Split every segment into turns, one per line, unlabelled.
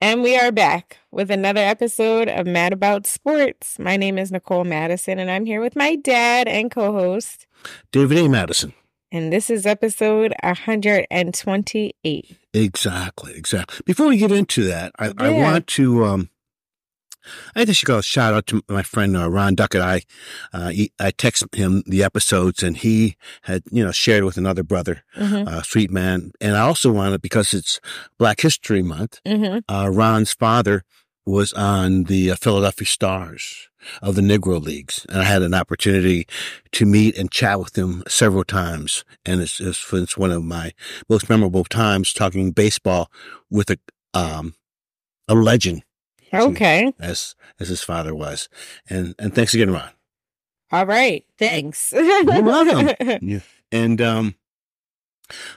And we are back with another episode of Mad About Sports. My name is Nicole Madison, and I'm here with my dad and co host.
David A. Madison.
And this is episode 128.
Exactly, exactly. Before we get into that, I, I
Yeah.
want to. Um, I think I should go shout out to my friend uh, Ron Duckett. I uh, he, I text him the episodes, and he had you know shared with another brother,
Mhm.
uh, Sweet Man. And I also wanted because it's Black History Month.
Mhm.
Uh, Ron's father was on the uh, Philadelphia Stars of the Negro Leagues, and I had an opportunity to meet and chat with him several times. And it's it's, it's one of my most memorable times talking baseball with a um a legend
Okay.
as as his father was. And and thanks again, Ron.
All right. Thanks.
welcome. And um,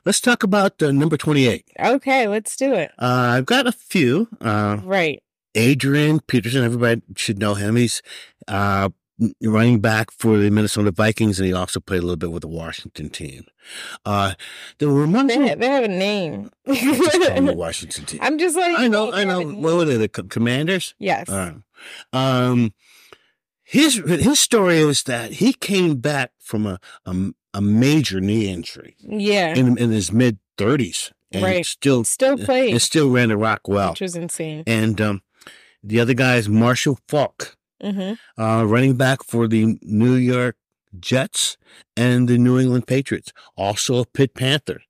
let's talk about uh, number twenty eight.
okay, let's do it.
Uh, I've got a few. Uh,
Right.
Adrian Peterson, everybody should know him. He's uh, running back for the Minnesota Vikings, and he also played a little bit with the Washington team. Uh, the
They,
Ramones,
ha- they have a name.
just call them the Washington team.
I'm just like,
I know,
they
I
have
know.
a name.
What were they, the co- Commanders?
yes.
All right. Um, his his story is that he came back from a a, a major knee injury
yeah.
in in his mid thirties, and
Right.
still
Still played,
and still ran the rock well.
which was insane.
And um, the other guy is Marshall Falk,
hmm
uh, running back for the New York Jets and the New England Patriots, also a Pitt Panther,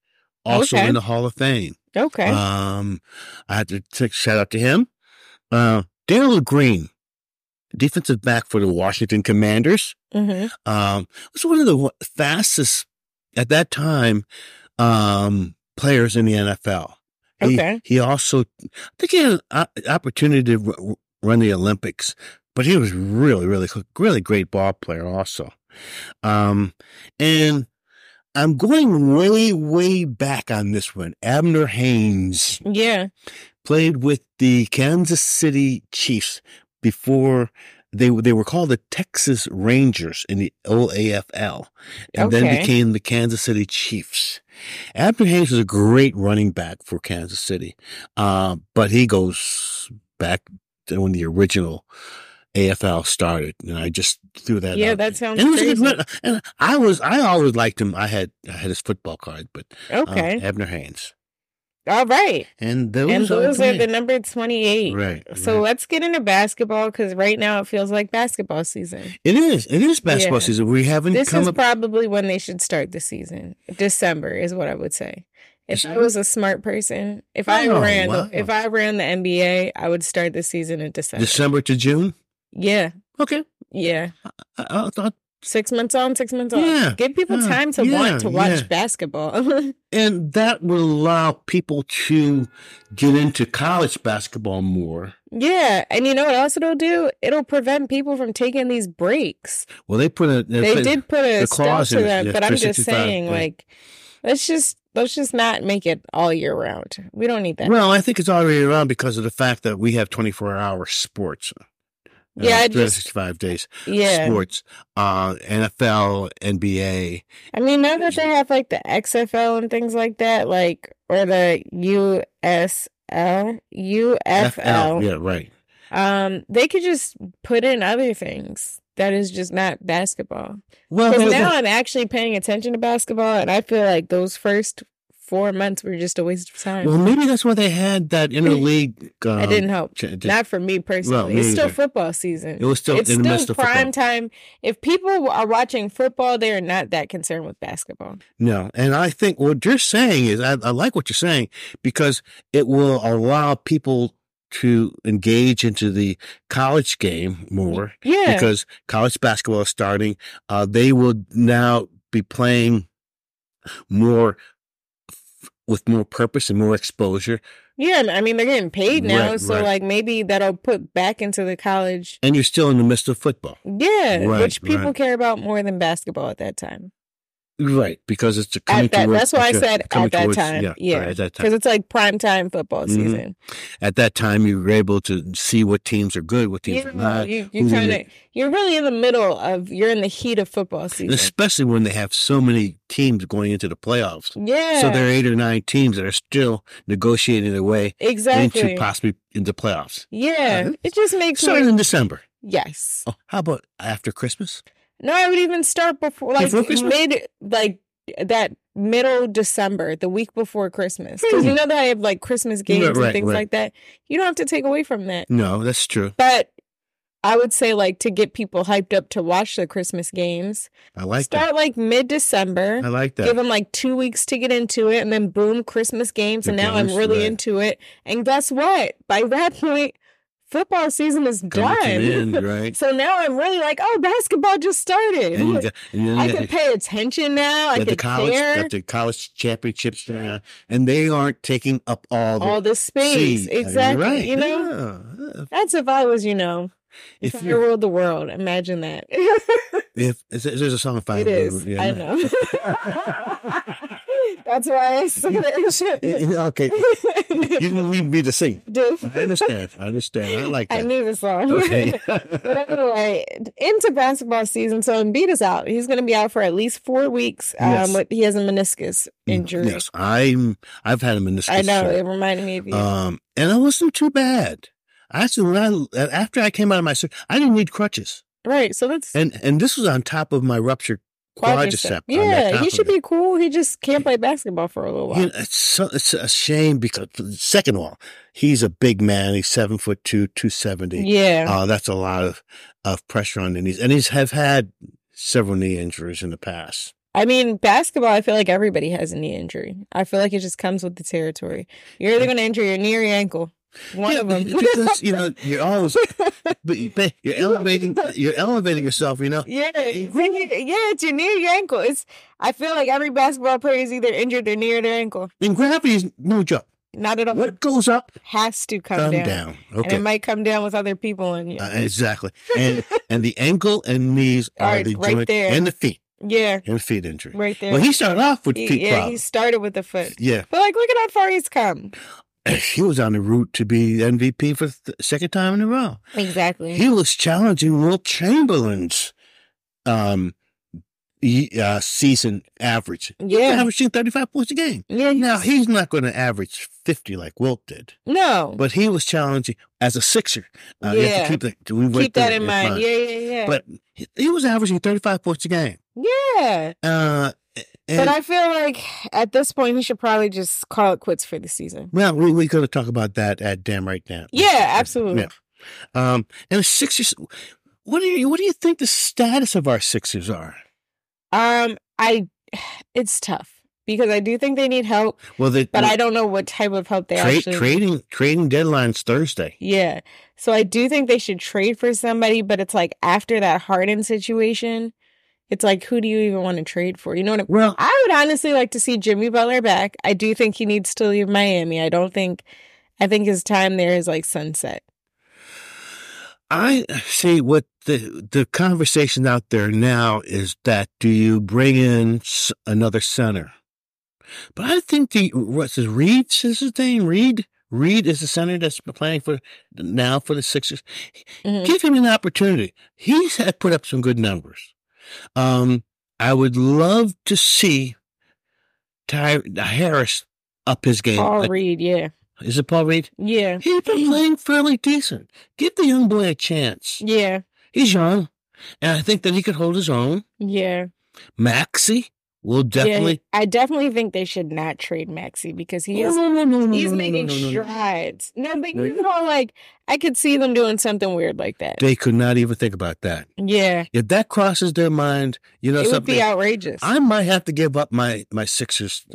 also
Okay.
in the Hall of Fame.
Okay.
Um, I had to t- shout out to him. Uh, Darrell Green, defensive back for the Washington Commanders,
hmm
um, was one of the wa- fastest at that time um, players in the NFL. He,
Okay.
He also, I think he had an o- opportunity to r- run the Olympics, but he was really, really, really great ball player also. Um, and I'm going way, way back on this one. Abner Haynes
Yeah.
played with the Kansas City Chiefs before they they were called the Texas Rangers in the OAFL, and then
Okay.
became the Kansas City Chiefs. Abner Haynes was a great running back for Kansas City, uh, but he goes back to when the original. AFL started, and I just threw that.
Yeah,
out
that
there.
sounds
And he was a good
crazy.
run- and I was, I always liked him. I had, I had his football card, but uh,
Okay.
Abner Haynes,
All right.
and those,
and
are,
those are the
great.
number 28.
right.
So let's get into basketball because right now it feels like basketball season.
It is. It is basketball
Yeah.
season. We haven't
This
come
is
up.
probably when they should start the season. December is what I would say. If I
December?
was a smart person, if I
Oh,
ran,
wow.
if I ran the NBA, I would start the season in December.
December to June.
Yeah,
Okay.
yeah.
I, I thought,
Six months on, six months off.
Yeah,
Give people
yeah,
time to
yeah,
want to watch
yeah.
basketball.
and that will allow people to get into college basketball more.
yeah, and you know what else it'll do? It'll prevent people from taking these breaks.
Well, they put a.
they did put a
the
stop
clause
to
in it,
that,
yeah,
but I'm just
365,
saying,
yeah.
like, let's just let's just not make it all year round. We don't need that.
Well, I think it's already around because of the fact that we have 24 hour sports. uh,
Yeah, I just-
365 days.
yeah,
Sports, uh, NFL, NBA.
I mean, now that they have like the XFL and things like that, like or the USL, UFL,
Yeah, right.
um, they could just put in other things that is just not basketball.
Well,
Because
there's
now
a-
I'm actually paying attention to basketball, and I feel like those first four months were just a waste of time.
well, maybe that's why they had that interleague. Um,
I didn't help.
ch- ch-
Not for me personally.
me
it's still
either.
football season.
it was still
it's
in the
still
midst of football.
prime time. If people are watching football, they are not that concerned with basketball.
No. And I think what you're saying is, I, I like what you're saying because it will allow people to engage into the college game more
Yeah.
because college basketball is starting. Uh, they will now be playing more f- with more purpose and more exposure.
yeah. I mean, they're getting paid now.
Right,
so,
right.
like, maybe that'll put back into the college.
And you're still in the midst of football.
Yeah.
Right,
which people
right.
care about more than basketball at that time.
Right, because it's a coming
At that,
towards-
that's why I
okay,
said
coming
at that
towards-
time.
Yeah,
Yeah,
right, at that
because
time.
it's like prime time football
Mhm.
season.
At that time, you were able to see what teams are good, what
You
teams are
know,
not,
you
who's
you
in
kind
it.
of you're really in the middle of you're in the heat of football
and
season.
especially when they have so many teams going into the playoffs.
Yeah,
So there are eight or nine teams that are still negotiating their way
exactly.
into possibly into playoffs.
Yeah,
Uh-huh.
it just makes
Starting
me
in December.
yes.
Oh, how about after Christmas?
No, I would even start before like
Before Christmas?
mid like that middle December, the week before Christmas, because you know that I have like Christmas games
Hmm. right,
and things
right.
like that. You don't have to take away from that,
No, that's true.
but I would say like to get people hyped up to watch the Christmas games,
I like
start like mid December.
that. I like
Give
that.
them like two weeks to get into it, and then boom, Christmas games,
The
and now I'm
games,
really
right.
into it. And guess what? By that point, football season is
Coming
done.
to an end, right?
So now I'm really like, oh, basketball just started.
And you got, and then
I
you
can
got,
pay attention now. I
got the
can
college,
care
got the college championships there, and they aren't taking up all the
all the space.
seat. You're
exactly.
right.
You know,
Yeah.
that's if I was, you know, if,
If
I
you're-
ruled the world. Imagine that.
If is there- there's a song if I
it is.
yeah.
I know. that's why I said it.
okay, you can leave me to sing.
Dude.
I understand. I understand. I like
I
that.
knew the song.
okay.
But anyway, into basketball season, so Embiid is out. He's going to be out for at least four weeks. Um,
Yes. Mm,
with- he has a meniscus injury.
Yes, I'm. I've had him in this.
I know. It reminded me of you.
Um, and it wasn't too bad. Actually, when I after I came out of my surgery, I didn't need crutches,
right. So that's
and and this was on top of my ruptured quadricep. on that
Yeah,
top
he
of
should
it.
be cool. He just can't play basketball for a little while.
You know, it's, so, it's a shame because second of all, he's a big man. He's seven foot two, two seventy.
yeah.
Uh, that's a lot of, of pressure on the knees. And he's have had several knee injuries in the past.
I mean, basketball, I feel like everybody has a knee injury. I feel like it just comes with the territory. You're either going to injure your knee or your ankle. One
Yeah,
of them.
because, you know, you're always, but but you're elevating, you're elevating yourself, you know.
Yeah, it's like it- yeah, it's your knee or your ankle. It's I feel like every basketball player is either injured their knee or their ankle.
And gravity is no joke.
Not at all.
What goes up,
Has to come
come
down.
down.
And it
Okay.
might come down with other people on you.
Uh, exactly. And and the ankle and knees are
Alright,
the
right
joint
there.
and the feet
yeah,
and feet injury.
right there.
Well, he started off with
He-
feet
yeah, he
problems.
started with the foot.
Yeah.
But like, look at how far he's come.
He was on the route to be MVP for the second time in a row.
Exactly.
he was challenging Will Chamberlain's um ye- uh, season average.
Yeah.
averaging thirty five points a game.
yeah.
Now he's not going to average fifty like Wilt did,
No.
but he was challenging as a Sixer. Uh, you have
Yeah.
to keep that, we went
Keep that
through it,
in
it's
mind.
fine.
Yeah, yeah, yeah.
But he, he was averaging thirty five points a game.
yeah.
Uh, and,
But I feel like at this point he should probably just call it quits for the season.
well, we, we're going to talk about that at damn right now.
Yeah, absolutely.
Yeah. Um, and the Sixers. What do you what do you think the status of our Sixers are?
Um, I it's tough because I do think they need help,
Well, they,
but I don't know what type of help they
Trade,
actually
Trading trading deadlines Thursday.
Yeah. So I do think they should trade for somebody, but it's like after that Harden situation, it's like who do you even want to trade for? You know what I
Well,
I would honestly like to see Jimmy Butler back. I do think he needs to leave Miami. I don't think I think his time there is like sunset.
I see what the the conversation out there now is that do you bring in s- another center? But I think the what's his Reed is his name Reed. Reed is the center that's been playing for now for the Sixers.
Mhm.
Give him an opportunity. He's had put up some good numbers. Um, I would love to see Ty Harris up his game.
Paul
Uh,
Reed, yeah.
Is it Paul Reed?
Yeah.
He's been playing fairly decent. Give the young boy a chance.
Yeah.
He's young, and I think that he could hold his own.
Yeah.
Maxi will definitely.
Yeah. I definitely think they should not trade Maxi because he is
no, no, no, no,
he's
no, no,
making
no, no, no.
strides. No, but
No,
you know, like I could see them doing something weird like that.
They could not even think about that.
yeah.
If that crosses their mind, you know
It would
something.
be outrageous.
I might have to give up my my Sixers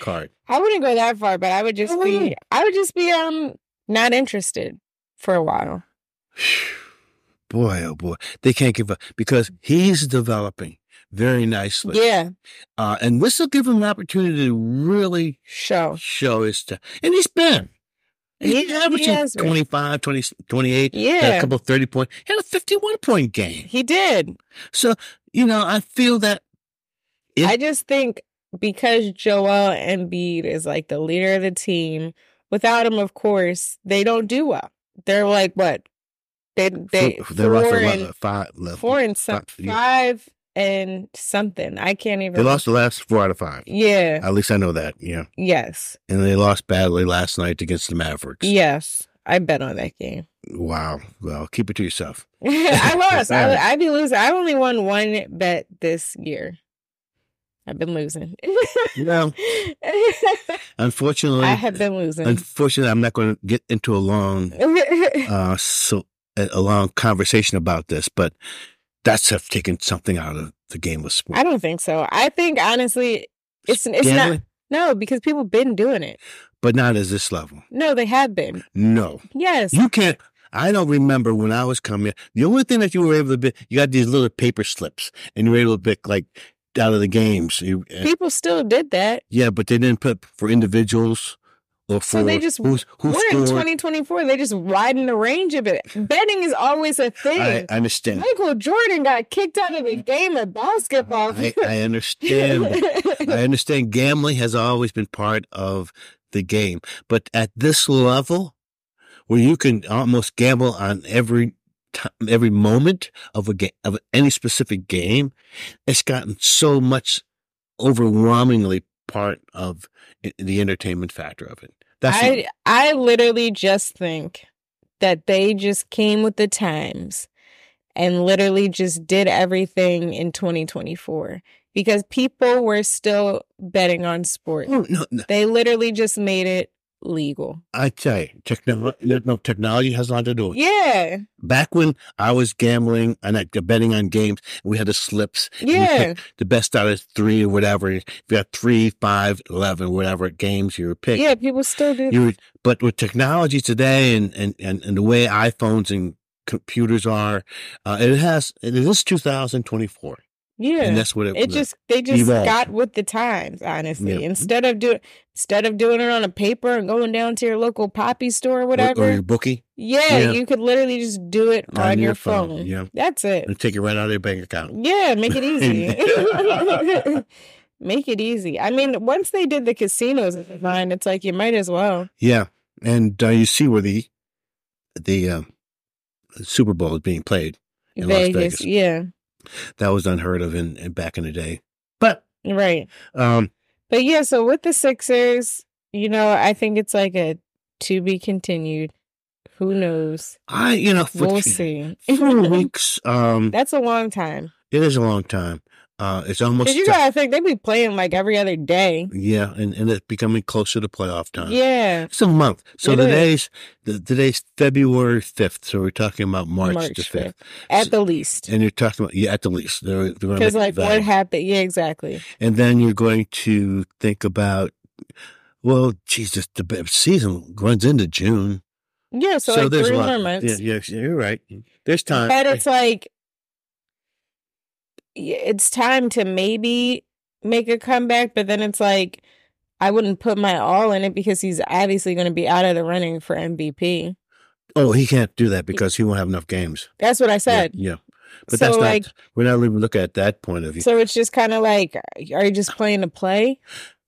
card.
I wouldn't go that far, but I would just
Oh, yeah.
be I would just be um not interested for a while.
Boy, oh boy, they can't give up because he's developing very nicely,
Yeah.
uh, and this will give him an opportunity to really
Show.
show his stuff. And he's been. He's
Yeah,
been
he
averaging
has been.
25, 20, 28, had a
Yeah.
couple 30 point, had a 51 point game.
He did.
So, you know, I feel that It-
I just think because Joel Embiid is like the leader of the team, without him, of course, they don't do well. They're like what? They they
Four-
four,
they're off the
and,
le- five left.
four and some,
five- yeah.
five and something. I can't even.
They lost Uh, the last four out of five.
Yeah.
At least I know that. Yeah,
Yes.
and they lost badly last night against the Mavericks.
Yes. I bet on that game.
Wow. Well, keep it to yourself.
I lost. I,
Alright.
I be losing. I only won one bet this year. I've been losing.
Well, unfortunately,
I have been losing.
unfortunately, I'm not going to get into a long uh, so a a long conversation about this, but that's have taken something out of the game of
I
sports.
don't think so. I think honestly, it's it's not.
Gambling,
No, because people been doing it.
but not at this level.
No, they have been.
No,
Yes.
you can't. I don't remember when I was coming. The only thing that you were able to bid, you got these little paper slips, and you were able to pick like out of the games. You- and-
People still did that.
yeah, but they didn't put for individuals or for
So they just-
who's, who
We're in
scored.
2024. They just widen the range of it. Betting is always a thing.
I, I understand.
Michael Jordan got kicked out of the game of basketball.
I, I understand. I understand gambling has always been part of the game, but at this level, where you can almost gamble on every time, every moment of a game of any specific game, it's gotten so much overwhelmingly part of i- the entertainment factor of it. That's
I I literally just think that they just came with the times and literally just did everything in 2024 because people were still betting on sports.
no, no, no,
They literally just made it legal.
I tell you, techno- no, technology has a lot to do with it.
Yeah.
Back when I was gambling and like, betting on games, we had the slips. and you
Yeah.
the best out of three or whatever. If you got three, five, eleven, whatever games you were picked.
Yeah, people still do.
You would, but with technology today and, and, and, and the way iPhones and computers are, uh, it has, it is 2024. And
yeah.
that's what it,
It just they just
evolved.
got with the times, honestly.
Yeah.
Instead of doing instead of doing it on a paper and going down to your local poppy store or
or-
whatever.
Or, your bookie
Yeah,
Yeah.
you could literally just do it on, your, phone.
Yeah.
That's it.
and take it right out of your bank account.
Yeah, make it easy. make it easy. I mean, once they did the casinos at the Vine, it's like you might as well.
Yeah. And uh, you see where the, the, uh, Super Bowl is being played. In Las
Vegas.
Vegas.
Yeah.
That was unheard of in, in back in the day. But,
Right.
um,
But yeah, so with the Sixers, you know, I think it's like a to be continued. Who knows?
I, you know, for-
We'll see.
four weeks. Um,
That's a long time.
it is a long time. Uh, it's almost
Because you
ti-
gotta think they be playing like every other day.
yeah, and, and it's becoming closer to playoff time.
Yeah.
It's a month. So
It is.
today's the, today's February fifth. So we're talking about March, the fifth,
At the least.
and you're talking about yeah, at the least. They're, they're gonna
Because
make
like
it
what
valid.
happened? Yeah, exactly.
and then you're going to think about well, Jesus, the b- season runs into June,
Yeah, so, like
there's
three
a lot.
more months.
Yeah, yeah, you're right. There's time.
But it's like y- it's time to maybe make a comeback, but then it's like I wouldn't put my all in it because he's obviously going to be out of the running for MVP.
oh, he can't do that because he won't have enough games.
That's what I
Yeah,
said.
Yeah, but
So,
that's not.
like-
we're not even looking at that point of view.
So it's just kind of like, are you just playing to play?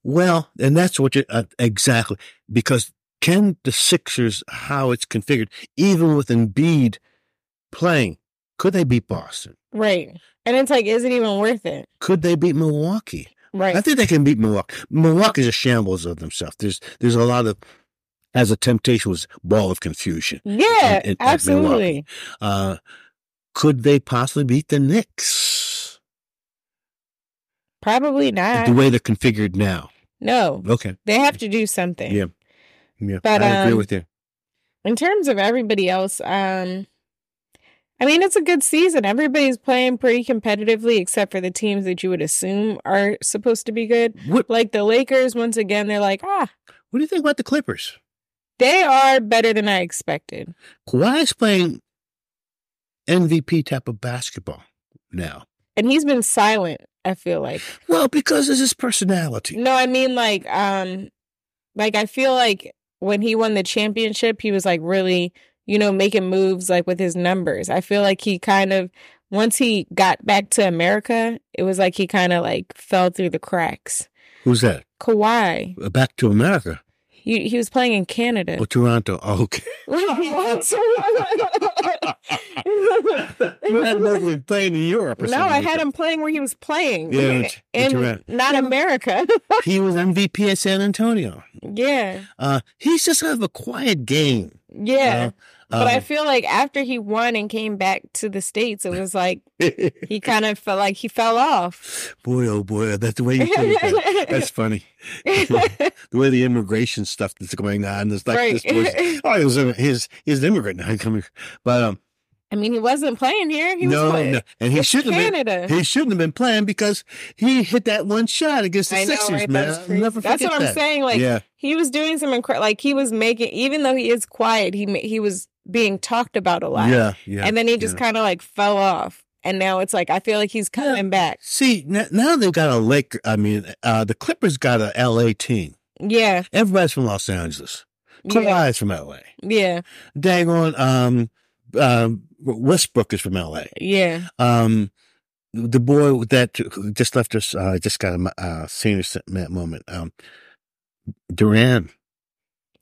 Well, and that's what you uh, exactly because can the Sixers how it's configured, even with Embiid playing, could they beat Boston?
Right. And it's like, is it even worth it?
Could they beat Milwaukee?
Right.
I think they can beat Milwaukee. Milwaukee's a shambles of themselves. There's there's a lot of as a temptation was ball of confusion.
yeah,
in- in- at
absolutely.
Uh, could they possibly beat the Knicks?
Probably not.
the way they're configured now.
no,
Okay.
they have to do something.
Yeah. Yeah.
But,
I agree
um,
with you.
in terms of everybody else, um, I mean, it's a good season. Everybody's playing pretty competitively, except for the teams that you would assume are supposed to be good.
What
Like the Lakers, once again, they're like, ah,
what do you think about the Clippers?
they are better than I expected.
Kawhi's playing MVP type of basketball now.
And he's been silent, I feel like.
Well, because it's his personality.
No, I mean, like, um, like I feel like when he won the championship, he was like really, you know, making moves like with his numbers. I feel like he kind of once he got back to America, it was like he kind of like fell through the cracks.
Who's that? Uh,
Kawhi,
Back to America.
he, he was playing in Canada.
Oh, Toronto. Oh, okay. You
no,
had Mowgli playing in Europe. Or something
I
like
had
that.
him playing where he was playing.
Yeah, in T- in
in
Toronto.
not America.
He was MVP at San Antonio.
yeah,
Uh, he's just kind of a quiet game.
yeah.
Uh,
but I
um,
feel like after he won and came back to the states, it was like he kind of felt like he fell off.
boy, oh boy, that's the way you put it. That. That's funny. The way the immigration stuff that's going on is like
right.
this boy's. Oh, he was a, he's he's an immigrant now. Come here, but um,
I mean, he wasn't playing here. He
no,
was playing.
no, and he
It's
shouldn't have been.
Canada.
He shouldn't have been playing because he hit that one shot against the
I know,
Sixers,
right?
man.
That's
I'll
crazy.
never
That's
forget
what I'm
that.
saying. Like
yeah,
he was doing some incredible. Like he was making, even though he is quiet, he ma- he was being talked about a lot.
yeah, yeah.
and then he just kind of like fell off, and now it's like I feel like he's coming back.
See, n- now they've got a Lake. I mean, uh, the Clippers got a LA team.
Yeah,
Everybody's from Los Angeles. Kawhi's
yeah,
from LA.
yeah,
Dang on, um, um, Westbrook is from LA.
yeah.
Um, the boy with that who just left us, uh, just got a uh, senior se- ma- moment. Um, Duran,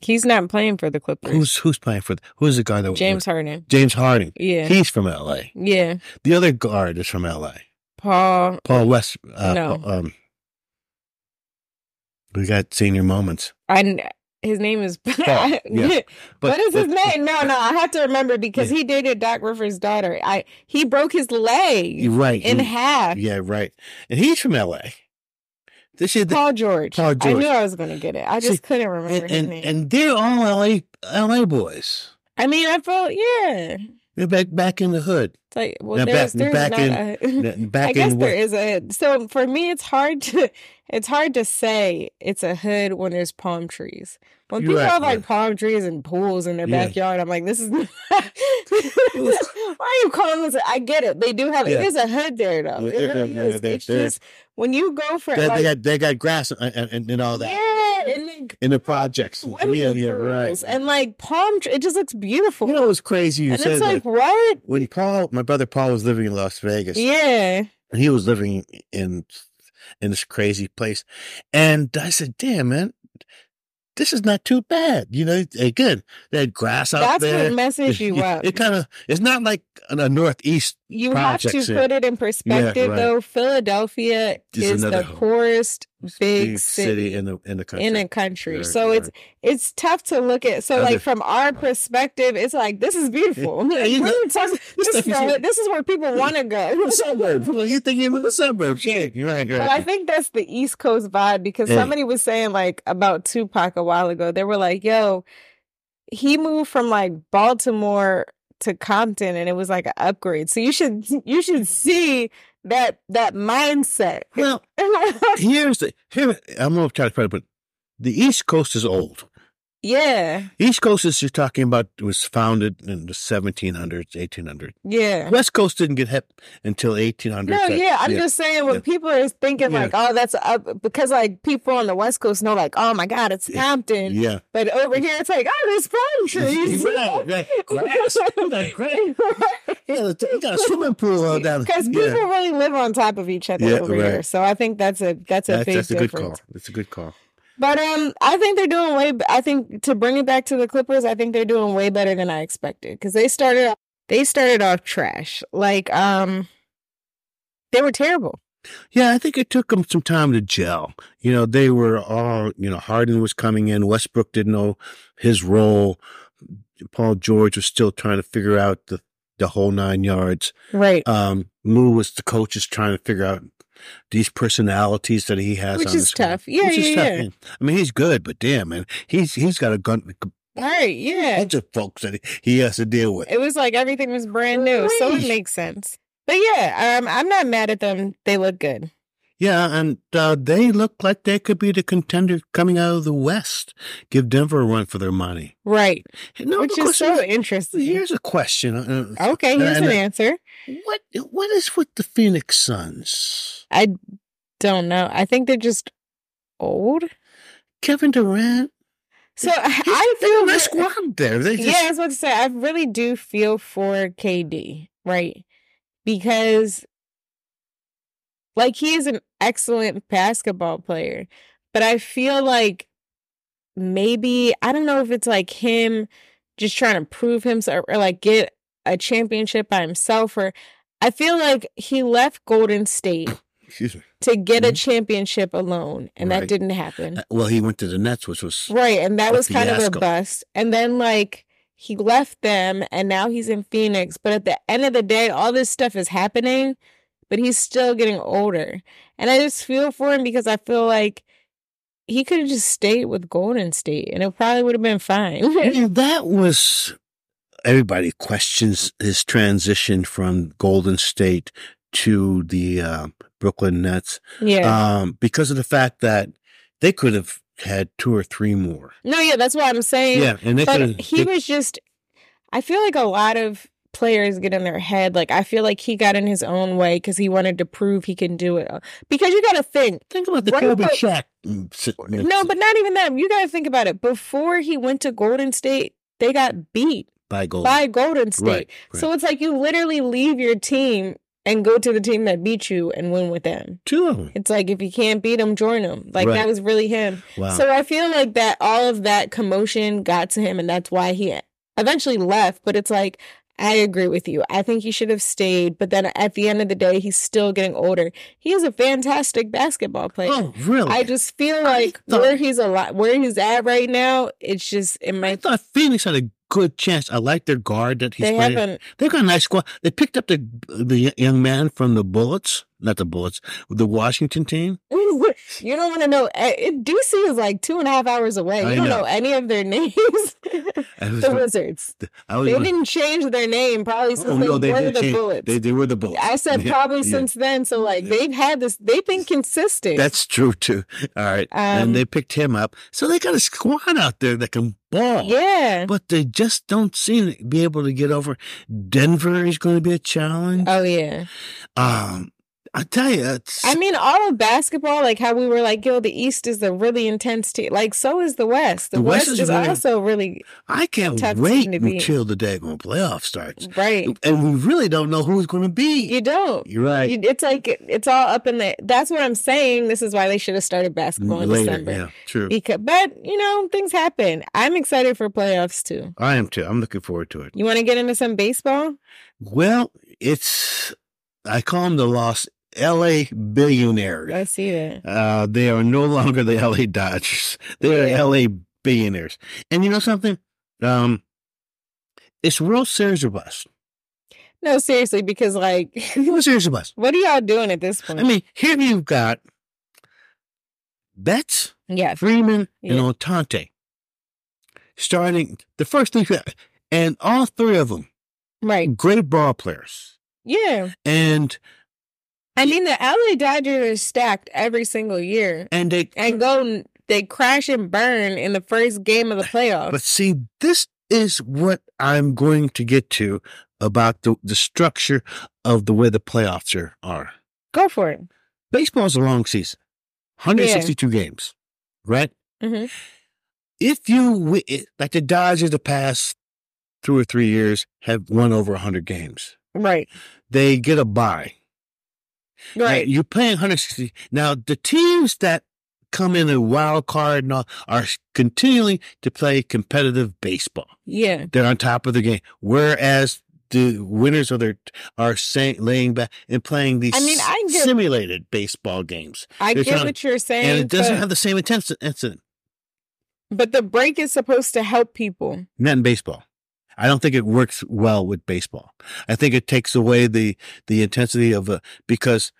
He's not playing for the Clippers.
who's who's playing for? The, who's the guy that
James Harden?
James Harding.
Yeah,
He's from L.A.
yeah.
The other guard is from L.A.
Paul.
Paul West. Uh,
No.
Um, we got senior moments.
I kn- his name is
Paul, yeah.
what is his name? No, no, I have to remember because he dated Doc Rivers' daughter. I he broke his leg
You're right.
in
you-
half.
yeah, right. And he's from L.A. This is the,
Paul George.
Paul
I
George.
knew I was going to get it. I just
See,
couldn't remember
and,
his
and
name.
and they're all L.A. L.A. boys.
I mean, I felt yeah.
They're back back in the hood.
It's like well,
Now
there's,
back-
there's
back
not
in-
a.
N-
I
Back
guess
in
there
what?
is a so for me it's hard to it's hard to say it's a hood when there's palm trees. When
You're
people
right,
have like
yeah.
palm trees and pools in their
Yeah.
backyard, I'm like, this is why are you calling this? I get it. They do have
Yeah.
it is a hood there though.
Yeah,
It really
yeah,
is.
there-
It's
there-
just when you go for
They, they
like,
got they got grass and and, and all that
yeah, and then
in the projects. Yeah, yeah, right.
Windmills And like palm tree, it just looks beautiful.
You know what's crazy? You
and
said
it's like,
that.
what?
when Paul, my brother Paul, was living in Las Vegas.
Yeah.
and he was living in in this crazy place and i said damn man this is not too bad you know again they had grass out
That's
there
what messes you up.
it kind of it's not like on a northeast
you have to
projects in.
put it in perspective
right.
though. Philadelphia
Is
is
another
the
home.
poorest big city,
big city in the in the country
in a country.
Right,
so it's it's tough to look at. So
Other-
like from our perspective, it's like this is beautiful.
Yeah, you
We're
know,
talking- this,
stuff
is
you see-
where, this is where people want to go.
the suburbs. Well, you think you live in the suburbs? Yeah, you're right. You're
But I
right.
think that's the East Coast vibe because
Yeah.
somebody was saying like about Tupac a while ago. They were like, "Yo, he moved from like Baltimore to Compton, and it was like an upgrade." So you should you should see that that mindset.
Well, here's the here. I'm gonna try to put it, but the East Coast is old.
yeah,
East Coast is you're talking about was founded in the 1700s, 1800s.
yeah.
West Coast didn't get hip until 1800s.
No, yeah, I'm just saying when
yeah.
people are thinking
Yeah.
like, "Oh, that's up," because like people on the West Coast know like, "Oh my God, it's
Yeah.
Compton,"
Yeah.
but over here it's like, "Oh, there's palm trees."
Right, right. Grass. That grass. Yeah, they got a swimming pool all down.
because people
yeah.
really live on top of each other
Yeah,
over
right.
here. So I think that's a that's a
That's,
big
that's a good
difference.
call. That's a good call.
But um, I think they're doing way. I think to bring it back to the Clippers, I think they're doing way better than I expected because they started they started off trash. Like um, they were terrible.
Yeah, I think it took them some time to gel. You know, they were all, you know, Harden was coming in. Westbrook didn't know his role. Paul George was still trying to figure out the, the whole nine yards.
Right.
Um, Lou was the coach is trying to figure out these personalities that he has,
Which
on the
is
screen.
tough. Yeah,
Which is
yeah,
tough,
yeah.
man. I mean, he's good, but damn, man, he's he's got a gun,
right. Yeah.
bunch of folks that he has to deal with.
It was like everything was brand new, so it
Right.
makes sense. But yeah, um, I'm not mad at them. They look good.
Yeah, and uh, they look like they could be the contender coming out of the West. Give Denver a run for their money.
Right.
No,
Which
the
is
question
so
is-
interesting.
Here's a question. uh, uh,
Okay, here's
and-
an answer.
What what is with the Phoenix Suns?
I don't know. I think they're just old.
Kevin Durant.
So
He's
I
they got a
feel
nice
re-
squad there. They just,
yeah, I was about to say I really do feel for KD, right? because like he is an excellent basketball player, but I feel like maybe I don't know if it's like him just trying to prove himself or like get a championship by himself or I feel like he left Golden State
Excuse me.
to get a
Mhm.
championship alone and that
Right.
didn't happen.
Uh, Well, he went to the Nets, which was
Right, and that
a
was kind of a
fiasco.
bust. And then like he left them and now he's in Phoenix, but at the end of the day all this stuff is happening, but he's still getting older. And I just feel for him because I feel like he could have just stayed with Golden State and it probably would have been fine.
Yeah, that was everybody questions his transition from Golden State to the uh, Brooklyn Nets
yeah.
um, because of the fact that they could have had two or three more.
no, yeah, that's what I'm saying.
Yeah, and they could have.
but he was just i feel like a lot of players get in their head like i feel like he got in his own way because he wanted to prove he can do it uh, because you gotta think
think about the
What
Kobe
about-
Shaq. mm, sit-
no but not even that you gotta think about it before he went to golden state they got beat
by Golden.
by golden state
Oh, right, right.
so it's like you literally leave your team and go to the team that beat you and win with them
two of them.
it's like if you can't beat them join them like
Right.
that was really him
Wow.
So I feel like that all of that commotion got to him, and that's why he eventually left. But it's like, I agree with you. I think he should have stayed. But then at the end of the day, he's still getting older. He is a fantastic basketball player.
oh, really?
I just feel like
thought-
where he's a lot, where he's at right now, it's just it
I
might.
thought Phoenix had a good chance. I like their guard that he's
They
playing.
haven't.
They've got a nice squad. They picked up the the young man from the Bullets, not the Bullets, the Washington team.
you don't want to know. eh, eh, DC is like two and a half hours away. You
I
don't
know.
know any of their names.
I was,
the Wizards.
I was,
They didn't change their name probably since
Oh, no,
they
they
were
did
the
change-
Bullets.
they, they were the Bullets.
I said
Yeah,
probably
yeah.
since then. So like they've had this, they've been consistent.
That's true too. All right,
Um,
and they picked him up, so they got a squad out there that can ball.
yeah.
But they just don't seem to be able to get over. Denver is going to be a challenge.
Oh yeah.
um, I tell you, it's,
I mean, all of basketball, like how we were like, yo, the East is the really intense team. Like so is the West. The,
The
West, is,
West is really-
also really
I can't
tough
wait
team to beat.
until the day when playoff starts,
right.
and we really don't know who's going to be.
You don't.
You're right.
You- It's like it's all up in the. That's what I'm saying. This is why they should have started basketball in
Later,
December.
yeah, true.
Because, but you know, things happen. I'm excited for playoffs too.
I am too. I'm looking forward to it.
You want to get into some baseball?
Well, it's I call them the Los LA billionaires.
Let's see that.
Uh, they are no longer the LA Dodgers. They are
Yeah.
LA billionaires. And you know something? Um, it's World Series or bust.
No, seriously, because like,
World Series or bust.
what are y'all doing at this point?
I mean, here you've got Betts,
Yeah,
Freeman,
Yeah.
and Otante starting the first three, and all three of them
right.
great ball players.
Yeah.
And
I mean, the LA Dodgers are stacked every single year
and they
and go, they crash and burn in the first game of the playoffs.
But see, this is what I'm going to get to about the, the structure of the way the playoffs are. are.
go for it.
Baseball's a long season, 162 games, right?
Mhm.
If you, wi- it- like the Dodgers, the past two or three years have won over 100 games,
Right.
they get a bye. Now,
Right.
you're playing 160. Now, the teams that come in a wild card and all are continuing to play competitive baseball.
Yeah.
they're on top of the game. Whereas the winners of their are saying, laying back and playing these
I mean, I get-
simulated baseball games,
I
They're
get
trying-
what you're saying.
and it doesn't
but,
have the same intense incident.
but the break is supposed to help people.
Not in baseball. I don't think it works well with baseball. I think it takes away the the intensity of a because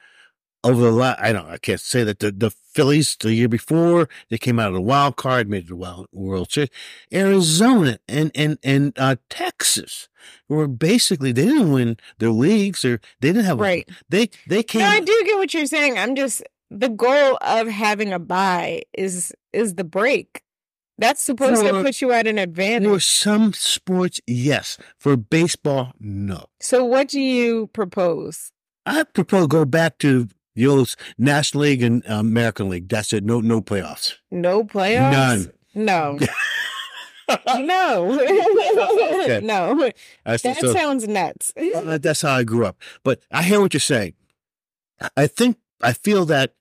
over the last I don't I can't say that the the Phillies the year before they came out of the wild card made it the wild World Series. Arizona and and and uh, Texas were basically they didn't win their leagues or they didn't have a-
Right.
They they came.
No, I do get what you're saying. I'm just, the goal of having a buy is, is the break. That's supposed to
Well,
put you at an
There were
advantage.
some sports, yes. For baseball, no.
So what do you propose?
I propose go back to the old National League and uh, American League. That's it. No, no playoffs.
No playoffs?
None.
No. no.
okay.
no,
I
that
so-
sounds nuts.
Uh, that's how I grew up. But I hear what you're saying. I- I think I feel that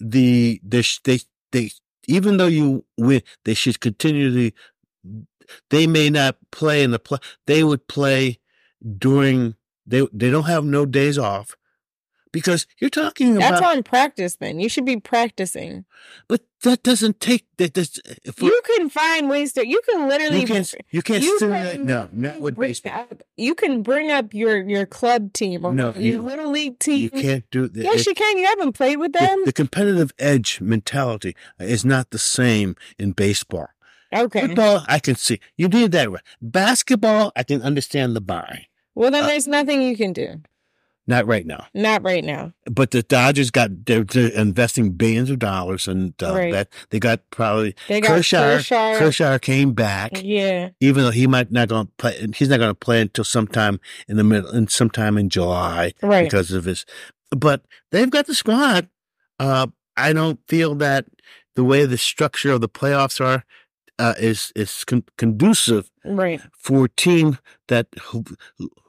the they sh- they they even though you win, they should continually. They may not play in the play. They would play during. They they don't have no days off because you're talking
That's
about.
on practice, then. You should be practicing.
but that doesn't take that. Does, if we-
You can find ways to. You can literally.
you can't you can't
you
stimulate.
can-
No, not with
bring
baseball.
up- you can bring up your your club team or
No,
your
you-
little league team.
You can't do that.
yes, you can. You haven't played with
the,
them.
the competitive edge mentality is not the same in baseball.
okay.
Football, I can see. You need that. right. Basketball, I can understand the buy.
Well, then
uh,
there's nothing you can do.
Not right now.
Not right now.
But the Dodgers got, they're, they're investing billions of dollars and uh,
Right. Uh,
that they got probably,
They got
Kershaw-
Kershaw.
Kershaw came back,
Yeah.
even though he might not going to play, he's not going to play until sometime in the middle, and sometime in July
Right.
because of his, but they've got the squad. Uh, I don't feel that the way the structure of the playoffs are, uh, is, is con- conducive
right.
for a team that who,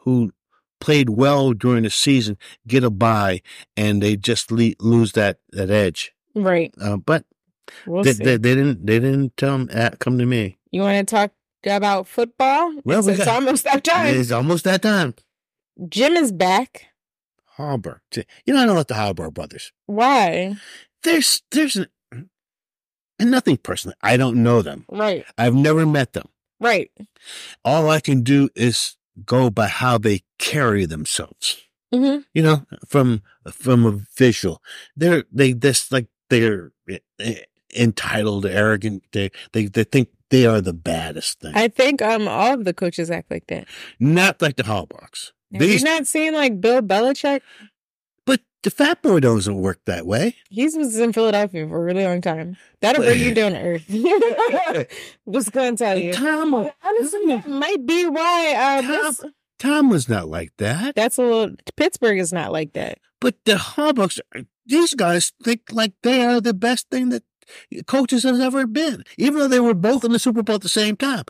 who played well during the season get a bye and they just le- lose that that edge.
Right.
Uh, but
We'll
they,
see.
they, they didn't they didn't um, uh, come to me.
you want to talk about football?
Well,
it's,
we
it's
got-
almost that time.
It's almost that time.
Jim is back.
Harbor, you know I don't like the Harbor brothers.
Why?
There's there's an, and nothing personal. I don't know them.
Right.
I've never met them.
Right.
All I can do is go by how they carry themselves.
hmm
you know, from from a visual. They're they this like they're eh, entitled, arrogant. They they they think they are the baddest thing.
I think um all of the coaches act like that.
not like the Hallmarks.
He's
These,
not seeing like Bill Belichick.
but the Fat Boy doesn't work that way.
He's was in Philadelphia for a really long time. That'll bring you down to earth. Just gonna tell you.
Tom
Honestly, that might be why uh,
Tom,
this-
Tom was not like that.
that's a little Pittsburgh is not like that.
But the Hallmarks, these guys think like they are the best thing that uh, coaches have ever been, even though they were both in the Super Bowl at the same time.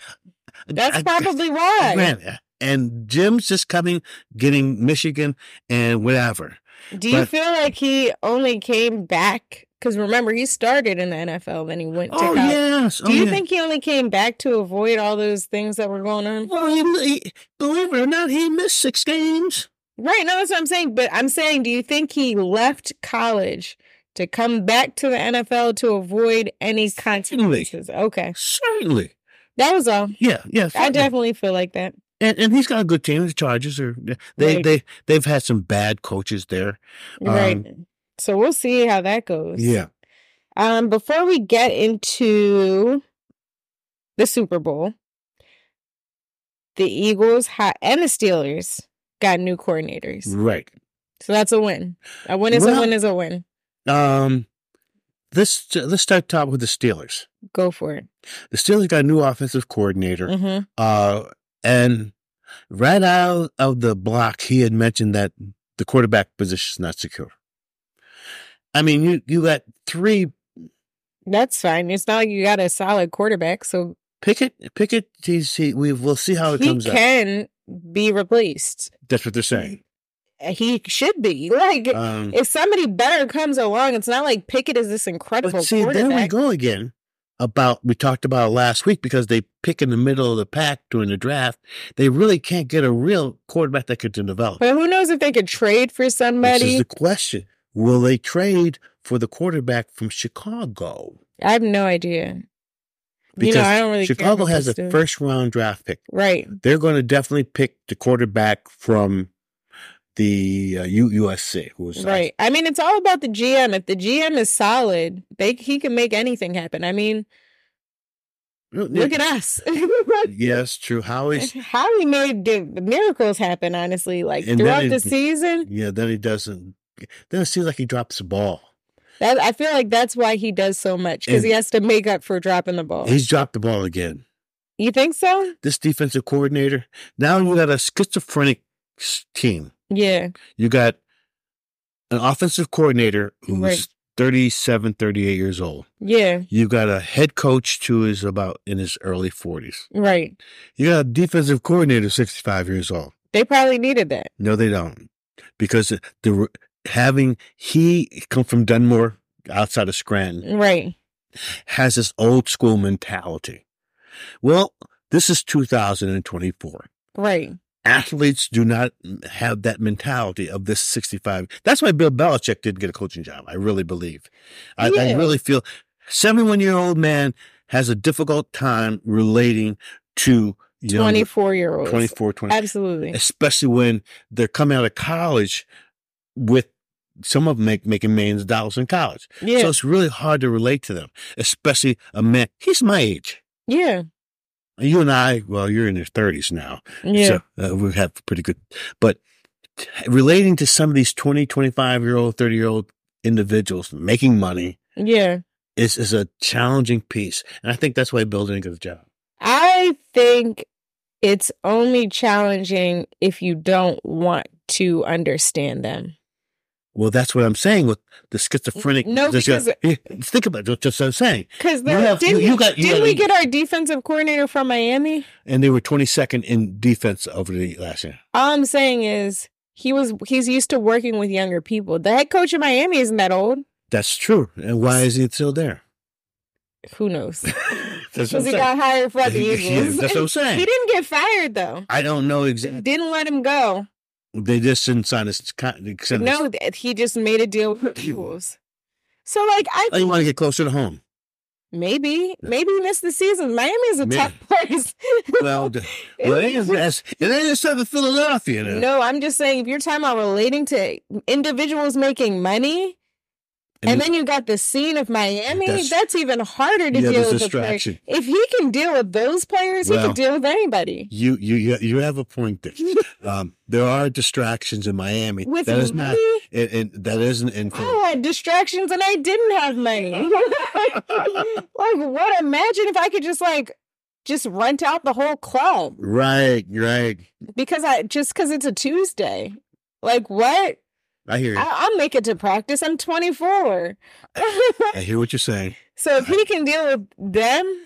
That's
I-
probably why.
Granted. And Jim's just coming, getting Michigan and whatever.
Do you
but-
feel like he only came back? Because remember, he started in the NFL, then he went to
Oh
college.
yes.
Do you think he only came back to avoid all those things that were going on?
Well, he, he- believe it or not, he missed six games.
Right. No, that's what I'm saying. But I'm saying, do you think he left college to come back to the NFL to avoid any consequences? Okay.
Certainly.
That was all.
Yeah. Yeah.
I
certainly.
definitely feel like that.
And, and he's got a good team. The Chargers are. They
Right.
they they've had some bad coaches there.
Right. so we'll see how that goes. Um, before we get into the Super Bowl, the Eagles ha- and the Steelers got new coordinators.
Right.
So that's a win. A win is a
Mm. Well-
win is a win.
Um. This let's start top with the Steelers.
Go for it.
The Steelers got a new offensive coordinator.
hmm
Uh, and right out of the block, he had mentioned that the quarterback position is not secure. I mean, you you got three
That's fine. It's not like you got a solid quarterback, so
Pickett, Pickett. He's, he, we we'll see how it
he
comes out.
can be replaced.
That's what they're saying.
He should be. Like
Um,
if somebody better comes along, it's not like Pickett is this incredible
but see, there we
quarterback.
go again. About we talked about it last week because they pick in the middle of the pack during the draft. They really can't get a real quarterback that could develop.
But who knows if they could trade for
This
somebody?
is the question: Will they trade for the quarterback from Chicago?
I have no idea. you
Because
know, I don't really. care
Chicago
about
has
this
a
dude.
first round draft pick.
right.
They're going to definitely pick the quarterback from the uh, U- USC, who was
Right. I mean, it's all about the GM. If the GM is solid, they he can make anything happen. I mean, look at us.
Yes, true. Howie's.
How we made the the miracles happen, honestly, like
And then
throughout
it-
the season.
Yeah, then he doesn't. Then it seems like he drops the ball.
That I feel like that's why he does so much because
And-
he has to make up for dropping the ball.
He's dropped the ball again.
You think so?
This defensive coordinator. Now you got a schizophrenic s- team.
Yeah.
You got an offensive coordinator who's
Right.
37, 38 years old.
Yeah.
You've got a head coach who is about in his early 40s.
Right.
You got a defensive coordinator 65 years old.
They probably needed that.
No, they don't. Because the, the having he come from Dunmore outside of Scranton
Right.
has this old school mentality. Well, this is 2024.
Right.
Athletes do not have that mentality of this 65. That's why Bill Belichick didn't get a coaching job. I really believe. I, I
Yeah.
really feel 71 year old man has a difficult time relating to young,
24 year olds.
24, 20,
Absolutely.
especially when they're coming out of college with some of them make, making millions of dollars in college.
Yeah.
So it's really hard to relate to them, especially a man. He's my age.
yeah.
You and I, well, you're in your 30s now.
Yeah.
So uh, we have pretty good, but relating to some of these 20, 25 year old, 30 year old individuals making money
yeah.
is, is a challenging piece. And I think that's why Bill didn't get the job.
I think it's only challenging if you don't want to understand them.
Well, that's what I'm saying with the schizophrenic.
No,
this
because-
guy- think about it, just what I'm saying.
Because
You have-
didn't,
you- you got- you
didn't
got-
we get our defensive coordinator from Miami?
And they were 22nd in defense over the last year.
All I'm saying is he was he's used to working with younger people. The head coach of Miami isn't that old.
That's true. And why is he still there?
Who knows?
That's what I'm
Because he
saying.
got hired for the
Yeah,
Eagles.
that's what I'm
He
saying.
didn't get fired though.
I don't know exactly.
Didn't let him go.
They just didn't sign this. Con- send this-
No, th- he just made a deal with the Eagles. So like I
Oh, you want to get closer to home.
Maybe, maybe he missed the season. Miami's a
May-
tough place.
Well, d- well it, ain't, as- it ain't as tough as Philadelphia. Now.
no, I'm just saying if you're talking about relating to individuals making money, and, then you got the scene of Miami,
That's-
that's, even harder to
yeah,
deal
there's
with. a player.
distraction.
If he can deal with those players, he
Well,
can deal with anybody.
You, you you you have a point there. um, there are distractions in Miami.
With
that is
me,
not and, and that isn't in
I had distractions and I didn't have money. like what? Imagine if I could just like just rent out the whole club.
Right, right.
because I just because it's a Tuesday. Like what?
I hear you.
I, I'll make it to practice. I'm 24.
I hear what you're saying,
so if he can deal with them,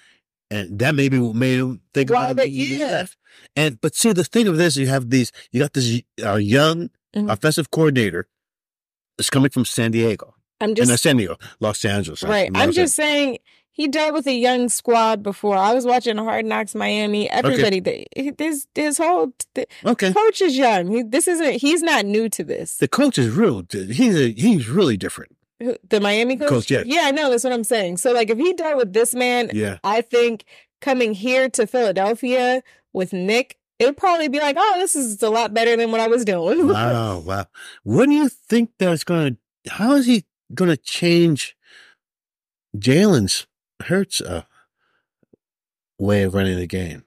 and that maybe what made him think
Why
about
the-
it. he
yeah.
left. And but see, the thing of this, you have these. You got this uh, young
Mhm.
offensive coordinator. that's coming from San Diego,
I'm
and
just
San Diego, Los Angeles. I-
right.
mean,
I'm
Los Angeles.
just saying he dealt with a young squad before. I was watching Hard Knocks Miami. Everybody, they, his his whole the
okay.
coach is young. He, this isn't. He's not new to this.
The coach is real. He's a, he's really different.
The, the Miami coach.
Coach, yeah.
yeah, I know. That's what I'm saying. So like, if he dealt with this man
Yeah.
I think coming here to Philadelphia with Nick, it'd probably be like, oh, this is a lot better than what I was doing.
Wow. Wow. What do you think that's going to? How is he going to change Jalen's Hurts' uh, way of running the game?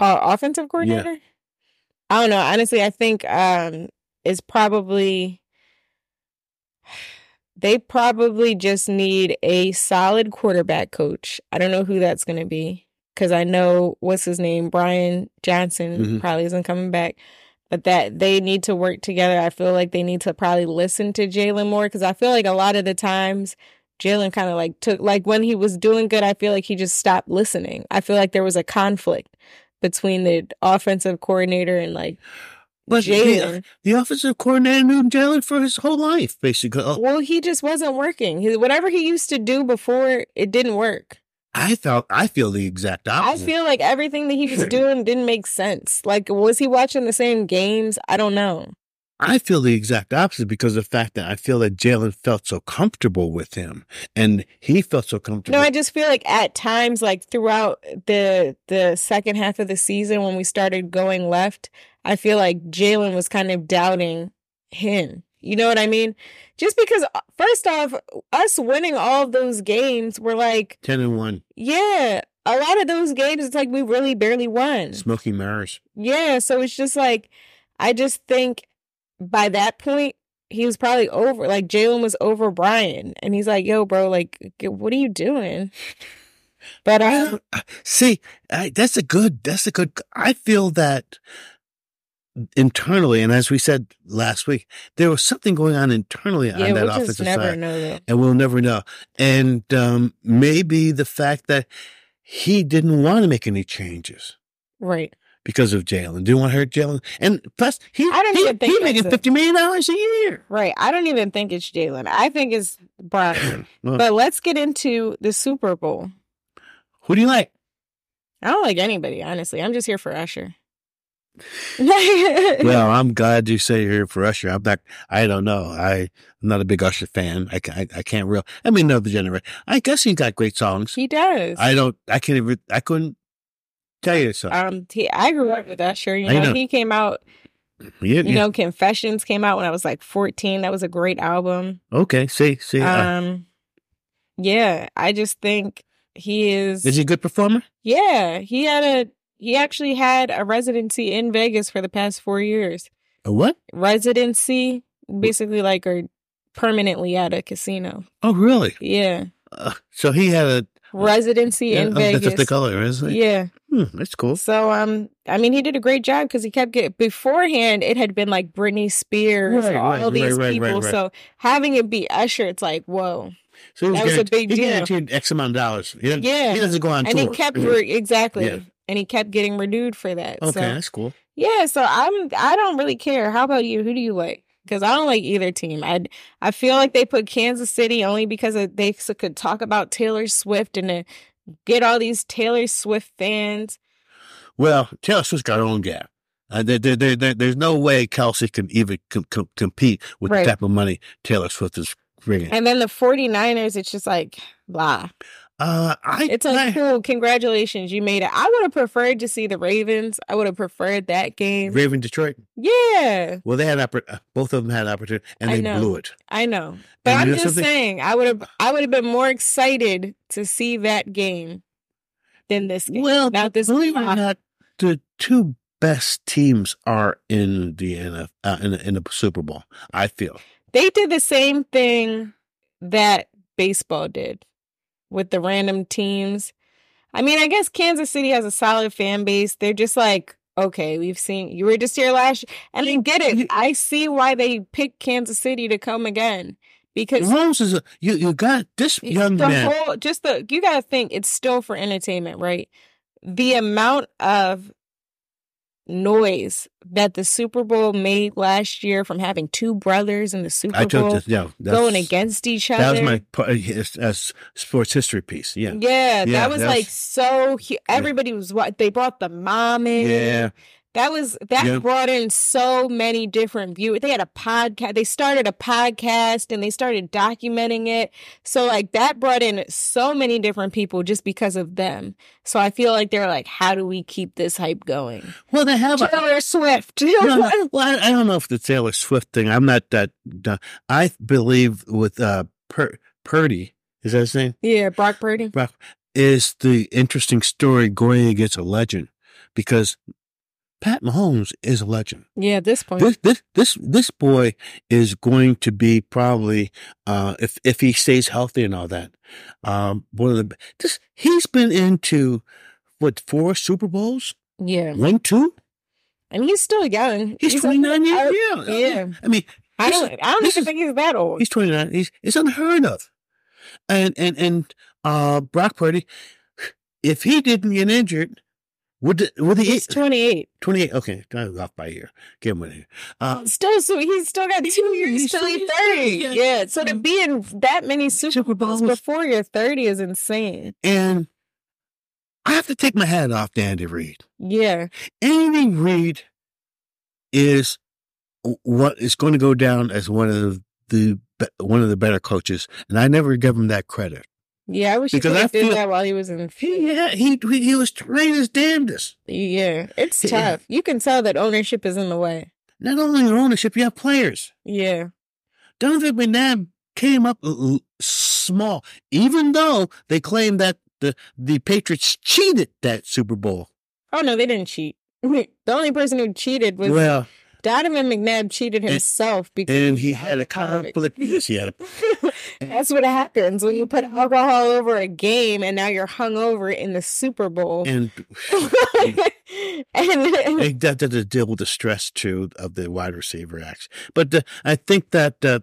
Our offensive coordinator? I don't know. Honestly, I think um it's probably they probably just need a solid quarterback coach. I don't know who that's gonna be. Cause I know what's his name, Brian Johnson
Mhm.
probably isn't coming back. But that they need to work together. I feel like they need to probably listen to Jalen more because I feel like a lot of the times Jalen kind of like took like when he was doing good, I feel like he just stopped listening. I feel like there was a conflict between the offensive coordinator and like
But the,
Jalen.
the offensive coordinator knew Jalen for his whole life, basically. Oh,
Well, he just wasn't working. He, whatever he used to do before, it didn't work.
I felt I feel the exact
I
opposite.
feel like everything that he was doing didn't make sense. Like, was he watching the same games? I don't know.
I feel the exact opposite because of the fact that I feel that Jalen felt so comfortable with him, and he felt so comfortable.
No, I just feel like at times, like throughout the the second half of the season when we started going left, I feel like Jalen was kind of doubting him. You know what I mean? Just because uh, first off, us winning all of those games were like,
Ten and one,
yeah, a lot of those games it's like we really barely won.
smoky mirrors.
Yeah, so it's just like I just think by that point he was probably over. Like Jalen was over Brian, and he's like, "Yo, bro, like, g- what are you doing?" But um,
I uh,
I,
don't- I- see. I, that's a good. That's a good. I feel that internally, and as we said last week, there was something going on internally
yeah,
on that
we
offensive
just never
side,
know that.
and we'll never know. And um, maybe the fact that he didn't want to make any changes
Right.
because of Jalen, didn't want to hurt Jalen, and plus he
I don't
he,
even think
he
that's
making
a-
fifty million dollars a year.
Right. I don't even think it's Jalen. I think it's Bronny.
Well,
but let's get into the Super Bowl.
who do you like?
I don't like anybody, honestly. I'm just here for Usher.
Well, I'm glad you say you're here for Usher. I'm not. I don't know. I, I'm not a big Usher fan. I, ca- I, I can't real. I mean, another generation. I guess he's got great songs.
he does.
I don't. I can't even. I couldn't tell you something.
um, he, I grew up with Usher. You
I
know,
know.
he came out.
You,
You
you-
know, Confessions came out when I was like 14. That was a great album.
okay. See. See. uh,
Um, yeah, I just think he is.
is he a good performer?
yeah, he had a. He actually had a residency in Vegas for the past four years.
A what?
Residency, basically, like or permanently at a casino.
Oh, really?
Yeah,
Uh, so he had a.
residency
yeah,
in
oh, that's just the
Vegas.
color, isn't it?
Yeah.
Hmm, that's cool.
So um, I mean, he did a great job because he kept getting. Beforehand, it had been like Britney Spears,
Right,
all
right, right,
these
right, right,
people.
right.
So having it be Usher, it's like whoa,
So he
That was a
guarantee-
big
he
deal.
guaranteed X amount of dollars. He doesn't,
Yeah.
He doesn't go on
and
tour.
he kept re- exactly,
Yeah.
and he kept getting renewed for that.
okay,
So
that's cool.
yeah, so I'm I don't really care. How about you? Who do you like? Because I don't like either team. I I feel like they put Kansas City only because of, they s- could talk about Taylor Swift and then get all these Taylor Swift fans.
Well, Taylor Swift's got her own gap. Uh, there, there, there, there, there's no way Kelsey can even com- com- compete with
Right.
the type of money Taylor Swift is bringing.
And then the 49ers, it's just like blah.
Uh, I,
It's like,
I-
cool, congratulations, you made it. I would have preferred to see the Ravens. I would have preferred that game.
Raven Detroit.
yeah,
Well, they had oppor- uh, both of them had an opportunity, and
I
they
know.
blew it.
I know. But
And
I'm
you know
just
something?
saying, I would have I would have been more excited to see that game than this game.
Well,
Not this
believe it or
game.
not, the two best teams are in the NF, uh, in, the, in the Super Bowl. I feel
They did the same thing that baseball did with the random teams. I mean, I guess Kansas City has a solid fan base. They're just like, okay, we've seen you were just here last year. And I get it. I see why they picked Kansas City to come again. Because
Rose is a, you. You got this young
the
man.
whole just the you gotta think it's still for entertainment, right? The amount of noise that the Super Bowl made last year from having two brothers in the Super
I
Bowl
took this. Yeah, that's-
going against each other.
That was my part- uh, yes, uh, s- sports history piece. Yeah.
Yeah,
Yeah,
that was
that
like
was-
so. Hu- everybody was what they brought the mom in.
Yeah.
that was that
Yeah.
brought in so many different viewers. They had a podcast. They started a podcast and they started documenting it. So like that brought in so many different people just because of them. So I feel like they're like, how do we keep this hype going?
Well, they have a,
Taylor Swift.
No, no, well, I, I don't know if the Taylor Swift thing. I'm not that. dumb. I believe with uh, Pur- Purdy is that his name?
yeah, Brock Purdy.
Brock, Is the interesting story going against a legend because Pat Mahomes is a legend.
Oh, Yeah, at this point,
This this this this boy is going to be probably uh, if if he stays healthy and all that. Um, one of the this he's been into what four Super Bowls?
yeah,
One, two.
and he's still young.
He's
He's- Oh,
twenty nine years.
Yeah.
I mean,
I don't. I don't
This
even
is-
think he's that old.
He's 29. He's it's unheard of. And and and uh Brock Purdy, if he didn't get injured, would the, would he
He's twenty eight.
28? Okay, I was off by a year. Give him a year. Uh,
Still, so he's still got two years
He's
till
still-
he's thirty.
yeah.
Yeah. So to be in that many Super
Super
Bowls
Bowls.
before you're thirty is insane.
and I have to take my hat off to Andy Reid.
Yeah.
Andy Reid is what is going to go down as one of the be- one of the better coaches, and I never give him that credit.
Yeah. I wish he
Because
could
I
have did
feel-
that while he was in.
He had, he he was trained his damnedest.
Yeah. It's
Yeah.
tough. You can tell that ownership is in the way.
Not only in ownership, you have players.
Yeah.
Donovan McNabb came up l- l- small, even though they claim that the, the Patriots cheated that Super Bowl.
Oh no, they didn't cheat. the only person who cheated was
well,
Donovan McNabb. Cheated
And-
himself because
and he had a conflict. Yes, he had a.
That's what happens when you put alcohol over a game, and now you're hungover in the Super Bowl.
And
and
They that had to deal with the stress too of the wide receiver action. But uh, I think that uh,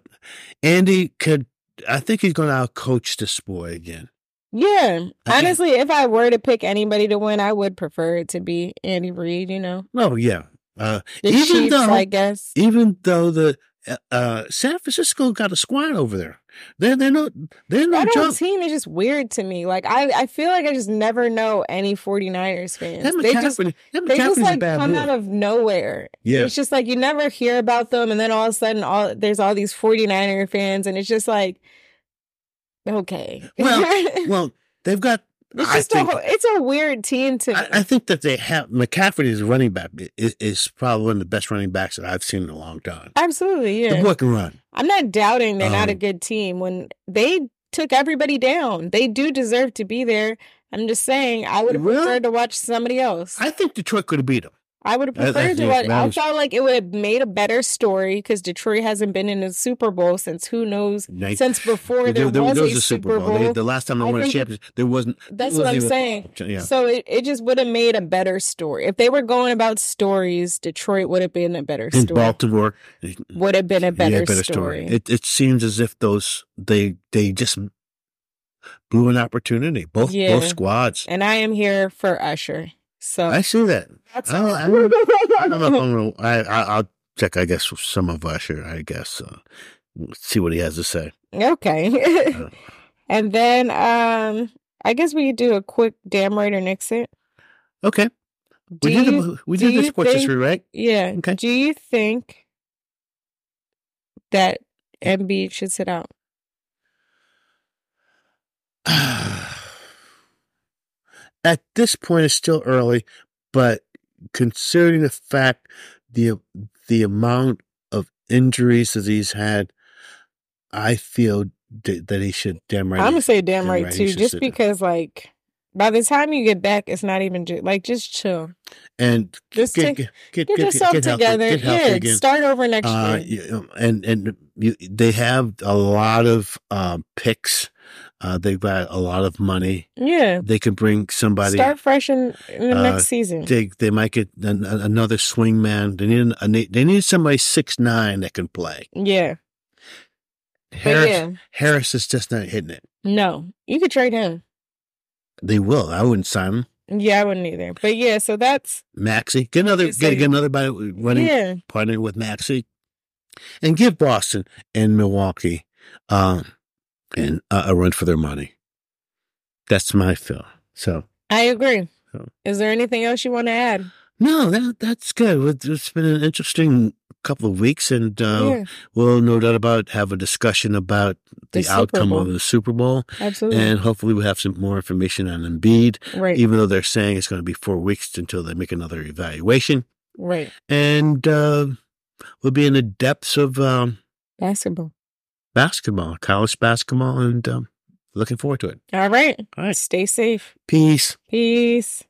Andy could. I think he's going to out coach this boy again.
yeah,
I-
honestly, if I were to pick anybody to win, I would prefer it to be Andy Reid. You know,
Oh yeah. Uh,
the
Even
Chiefs,
though-
I guess.
even though the uh, uh, San Francisco got a squad over there, they're they're no they're no
That whole
jump.
team is just weird to me. Like I, I feel like I just never know any 49ers fans.
That
they just
McCaffrey, that
they
McCaffrey's
just
a
like
bad
come
boy.
out of nowhere.
yeah,
It's just like you never hear about them and then all of a sudden all there's all these 49er fans and it's just like okay.
Well, well, they've got.
it's
I
just a
think-
whole, it's a weird team to me.
I, I think that they have McCaffrey is running back is, is probably one of the best running backs that I've seen in a long time.
Absolutely,
The
yeah.
boy can run.
I'm not doubting they're not a
Um,
good team when they took everybody down. They do deserve to be there. I'm just saying I would have
Well,
preferred to watch somebody else.
I think Detroit could have beat him.
I would have
That-
preferred
that-
to watch.
that
I
was-
felt like it would have made a better story because Detroit hasn't been in a Super Bowl since who knows
They-
since before there, was, a Super Bowl.
They- the last time they
I
won a
think-
championship, there wasn't.
That's
it
what I'm
wasn't
saying.
even- Yeah.
So it, it just would have made a better story. If they were going about stories, Detroit would have been a better
In
story.
Baltimore,
Would have been a better,
yeah,
story.
It it seems as if those they they just blew an opportunity. Both
Yeah.
both squads.
and I am here for Usher. So
I see that.
that's
I don't, I don't, I don't know if I'm gonna, I, I I'll check. I guess with some of Usher. I guess uh, see what he has to say. Uh,
okay. and then um I guess we could do a quick damn right or nix it.
Okay,
Do
we did
you-
the, we
do
did the
you
sports
think-
history right.
Yeah.
Okay.
Do you think that Embiid should sit out?
At this point, it's still early, but considering the fact the the amount of injuries that he's had, I feel d- that he should damn right.
I'm gonna say damn
damn
right
right he
too,
should
just
sit down.
because like by the time you get back, it's not even ju- like just chill,
and
just
get,
take-
get, get,
get
get-
yourself
get healthy-
together.
get healthy
yeah,
again.
start over next
Uh,
year.
you know, and and you, they have a lot of um, picks. Uh, they've got a lot of money.
Yeah,
They can bring somebody.
start fresh in, in the
uh,
next season.
They they might get an, an- another swing man. They need an, they need somebody six nine that can play.
yeah, but
Harris
yeah,
Harris is just not hitting it.
no, you could trade him.
They will. I wouldn't sign him.
Yeah, I wouldn't either. But yeah, so that's
Maxi get another
Okay, so
get,
you-
get another by running
yeah.
partner with Maxi, and give Boston and Milwaukee um, and uh, a run for their money. That's my feel. So
I agree.
So-
Is there anything else you want to add?
no, that that's good. It's- It's been an interesting couple of weeks, and uh,
yeah,
we'll no doubt about have a discussion about
The
the,
Super
outcome
Bowl. Mm-hmm.
of the Super Bowl,
absolutely.
and hopefully we'll have some more information on Embiid.
right,
Even though they're saying it's going to be four weeks until they make another evaluation,
right.
and uh, we'll be in the depths of. Um,
Basketball.
basketball, college basketball, and um, looking forward to it.
All right.
All right.
Stay safe.
Peace.
Peace.